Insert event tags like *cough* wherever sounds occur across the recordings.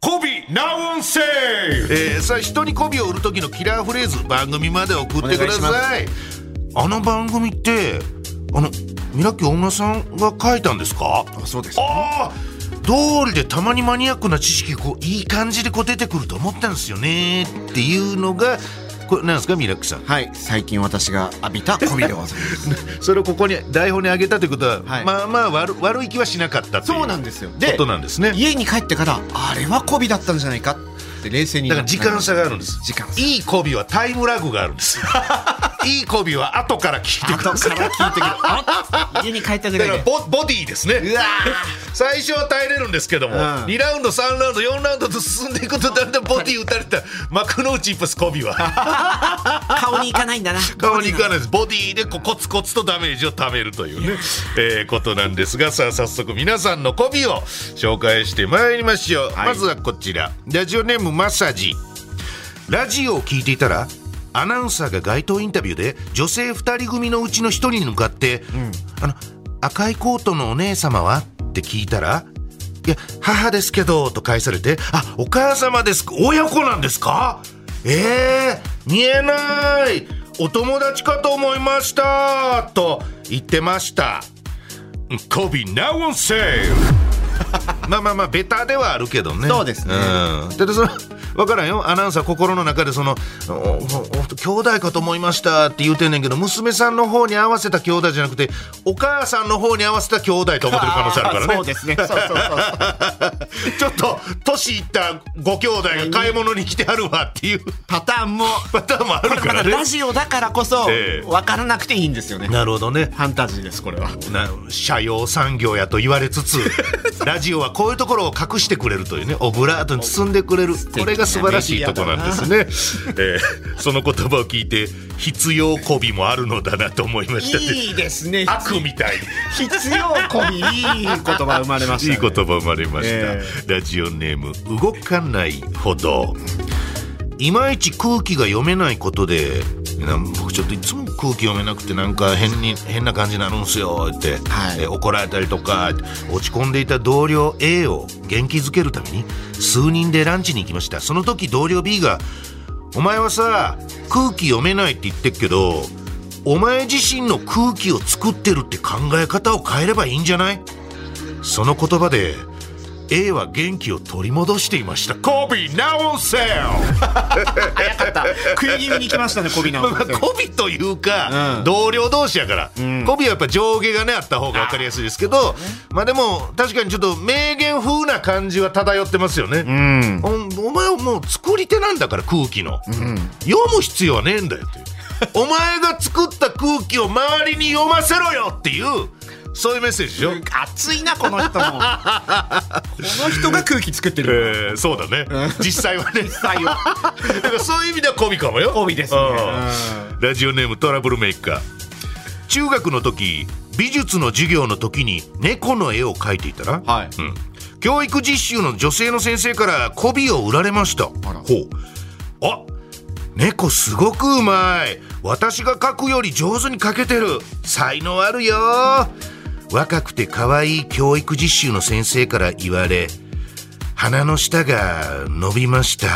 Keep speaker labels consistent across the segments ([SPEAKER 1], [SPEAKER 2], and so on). [SPEAKER 1] 媚びナウンセール
[SPEAKER 2] えー、さあ人に媚びを売る時のキラーフレーズ番組まで送ってくだ
[SPEAKER 1] お
[SPEAKER 2] さいあの番組ってあのミラッキー大村さんが書いたんですか
[SPEAKER 1] あそうです
[SPEAKER 2] ああ道理でたまにマニアックな知識がこういい感じでこう出てくると思ったんですよねっていうのがこれなんですかミラッキーさん
[SPEAKER 1] はい最近私が浴びた媚びでございます *laughs*
[SPEAKER 2] それをここに台本にあげたということは、
[SPEAKER 1] はい
[SPEAKER 2] まあまあ悪悪い気はしなかったという
[SPEAKER 1] そうなん
[SPEAKER 2] こ
[SPEAKER 1] ですよで
[SPEAKER 2] となんですね
[SPEAKER 1] 家に帰ってからあれは媚びだったんじゃないかって冷静に
[SPEAKER 2] だから時間差があるんです
[SPEAKER 1] 時間差
[SPEAKER 2] いい媚びはタイムラグがあるん *laughs* ですいい媚びは後から聞いてくる
[SPEAKER 1] 後から聞いてくるあ家に帰ったぐ
[SPEAKER 2] だ
[SPEAKER 1] らい
[SPEAKER 2] から
[SPEAKER 1] で
[SPEAKER 2] ボボディですね
[SPEAKER 1] うわ
[SPEAKER 2] *laughs* 最初は耐えれるんですけども、
[SPEAKER 1] うん
[SPEAKER 2] 2ラウンド3ラウンド4ラウンドと進んでいくとだんだんボディ打たれた幕の内一発媚びは
[SPEAKER 3] あ顔に行かないんだな
[SPEAKER 2] 顔にいかないですボディでこうコツコツとダメージを貯めるというね、えーことなんですがさあ早速皆さんの媚びを紹介してまいりましょう、まずはこちらラジオネームマッサージラジオを聞いていたらアナウンサーが街頭インタビューで女性2人組のうちの1人に向かって「あの赤いコートのお姉様は?」って聞いたら「いや母ですけど」と返されて「あお母様ですか親子なんですかえー、見えないお友達かと思いました」と言ってました。コビナウンセール *laughs* まあまあまあベタではあるけどね
[SPEAKER 1] そうですね
[SPEAKER 2] うん、だってその分からんよアナウンサー心の中でそのおおお兄弟かと思いましたって言うてんねんけど娘さんの方に合わせた兄弟じゃなくてお母さんの方に合わせた兄弟と思ってる可能性あるから
[SPEAKER 1] そう
[SPEAKER 2] ね
[SPEAKER 1] ですねそうそうそうそう
[SPEAKER 2] *laughs* ちょっと年いったご兄弟が買い物に来てはるわっていう
[SPEAKER 1] パターンも
[SPEAKER 2] パターンもあるからね
[SPEAKER 1] ラジオだからこそ
[SPEAKER 2] ええ
[SPEAKER 1] 分からなくていいんですよね
[SPEAKER 2] なるほどね
[SPEAKER 1] ファンタジーですこれは
[SPEAKER 2] な社用産業やと言われ *laughs* つつラジオはこういうところを隠してくれるというねオブラートに包んでくれるこれが素晴らしいところなんですね、えーその言葉を聞いて必要媚びもあるのだなと思いましたね
[SPEAKER 1] いいですね
[SPEAKER 2] 悪みたい
[SPEAKER 1] 必要コびいい言葉生まれました、
[SPEAKER 2] い
[SPEAKER 1] ね、
[SPEAKER 2] い言葉生まれました、
[SPEAKER 1] え
[SPEAKER 2] ラジオネーム動かない歩道いまいち空気が読めないことでな僕ちょっといつも空気読めなくてなんか変に変な感じになるんすよって、
[SPEAKER 1] はい
[SPEAKER 2] え怒られたりとか落ち込んでいた同僚 A を元気づけるために数人でランチに行きましたその時同僚 B が「お前はさ空気読めないって言ってっけどお前自身の空気を作ってるって考え方を変えればいいんじゃない?」その言葉で A は元気を取り戻していましたコビナオセル
[SPEAKER 1] 早かった食い気味に来ましたねコビナオ先生
[SPEAKER 2] *laughs* コビというか、
[SPEAKER 1] うん
[SPEAKER 2] 同僚同士やから、
[SPEAKER 1] ん
[SPEAKER 2] コビはやっぱ上下がねあった方が分かりやすいですけどまあでも確かにちょっと名言風な感じは漂ってますよ
[SPEAKER 1] う
[SPEAKER 2] ね、
[SPEAKER 1] ん
[SPEAKER 2] おお前はもう作り手なんだから空気の、読む必要はねえんだよ
[SPEAKER 1] *laughs*
[SPEAKER 2] っていうお前が作った空気を周りに読ませろよっていうそういうメッセージでしょ
[SPEAKER 1] 熱いなこの人もこの人が空気作ってる
[SPEAKER 2] えー、そうだね実際はね
[SPEAKER 1] 採用
[SPEAKER 2] だからそういう意味ではコビかもよ
[SPEAKER 1] コビですね
[SPEAKER 2] うんラジオネームトラブルメーカー中学の時美術の授業の時に猫の絵を描いていたら、
[SPEAKER 1] はい
[SPEAKER 2] うん、教育実習の女性の先生からコビを売られましたほ
[SPEAKER 1] あら
[SPEAKER 2] うあ猫すごくうまい私が描くより上手に描けてる才能あるよ若くて可愛い教育実習の先生から言われ鼻の下が伸びました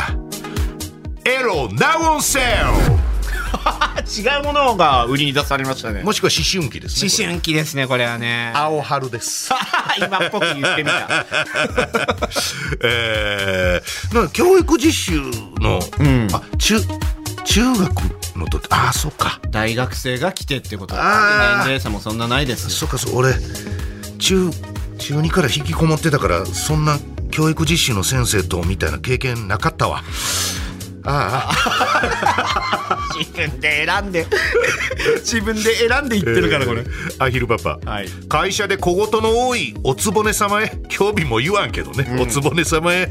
[SPEAKER 2] エロナウンセ
[SPEAKER 1] 違うものが売りに出されましたね
[SPEAKER 2] ルもしくは思春期ですね
[SPEAKER 1] 思春期ですねこれはね
[SPEAKER 2] 青春です、
[SPEAKER 1] *laughs* 今っぽく言ってみた
[SPEAKER 2] *laughs* えー、なんか教育実習の、
[SPEAKER 1] ん
[SPEAKER 2] あ中中学の時ああそっか
[SPEAKER 1] *laughs* 大学生が来てってこと
[SPEAKER 2] あー
[SPEAKER 1] 年齢差もそんなないですし
[SPEAKER 2] そっかそう俺中中2から引きこもってたからそんな教育実習の先生とみたいな経験なかったわああ
[SPEAKER 1] 自分で選んで *laughs* 自分で選んで言ってるからこれ、
[SPEAKER 2] アヒルパパ、
[SPEAKER 1] はい
[SPEAKER 2] 会社で小言の多いおつぼね様へ興味も言わんけどね、おつぼね様へ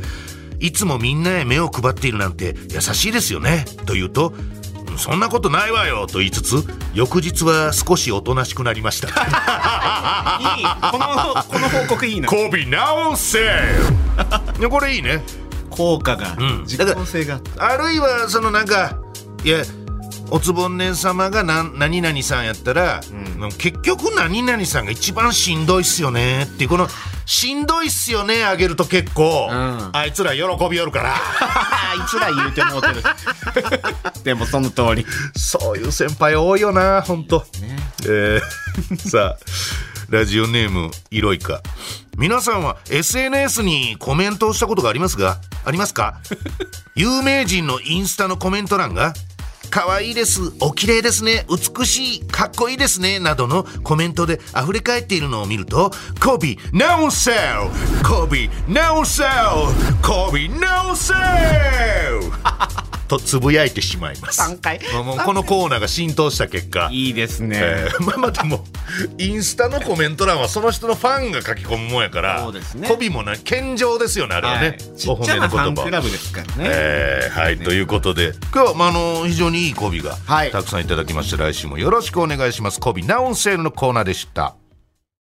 [SPEAKER 2] いつもみんなへ目を配っているなんて優しいですよねと言うと「そんなことないわよ」と言いつつ翌日は少しおとなしくなりました
[SPEAKER 1] いいこのこの報告いい
[SPEAKER 2] *laughs*
[SPEAKER 1] な
[SPEAKER 2] コビ直せこれいいね
[SPEAKER 1] 効果が、
[SPEAKER 2] うん
[SPEAKER 1] *laughs* 実効性が
[SPEAKER 2] あるいはそのなんかいやおつぼねん様が何何々さんやったら、でも結局何々さんが一番しんどいっすよねっていうこの「しんどいっすよね」あげると結構、
[SPEAKER 1] ん
[SPEAKER 2] あいつら喜びよるから
[SPEAKER 1] あいつら言うてもうてる *laughs* でもその通り
[SPEAKER 2] そういう先輩多いよな本当、えー *laughs* さあラジオネームいろいか皆さんは SNS にコメントをしたことがありますがあります *laughs* か有名人のインスタのコメント欄が「可愛いです」「お綺麗ですね」「美しい」「かっこいいですね」などのコメントで溢れ返っているのを見ると「コビ直せよコビ直せよコビ直せよ *laughs* とつぶやいてしまいます
[SPEAKER 1] 3回
[SPEAKER 2] まあもうこのコーナーが浸透した結果、
[SPEAKER 1] いいですね、
[SPEAKER 2] えーま *laughs* あまあでもインスタのコメント欄はその人のファンが書き込むもんやから
[SPEAKER 1] そうですね
[SPEAKER 2] コビもな健常ですよねあれはね、
[SPEAKER 1] はいちっちゃなファンクラブですからね、
[SPEAKER 2] えーはいということで今日は、まあ、あの非常にいいコビが
[SPEAKER 1] はい
[SPEAKER 2] たくさんいただきまして、来週もよろしくお願いしますコビナウンセールのコーナーでした。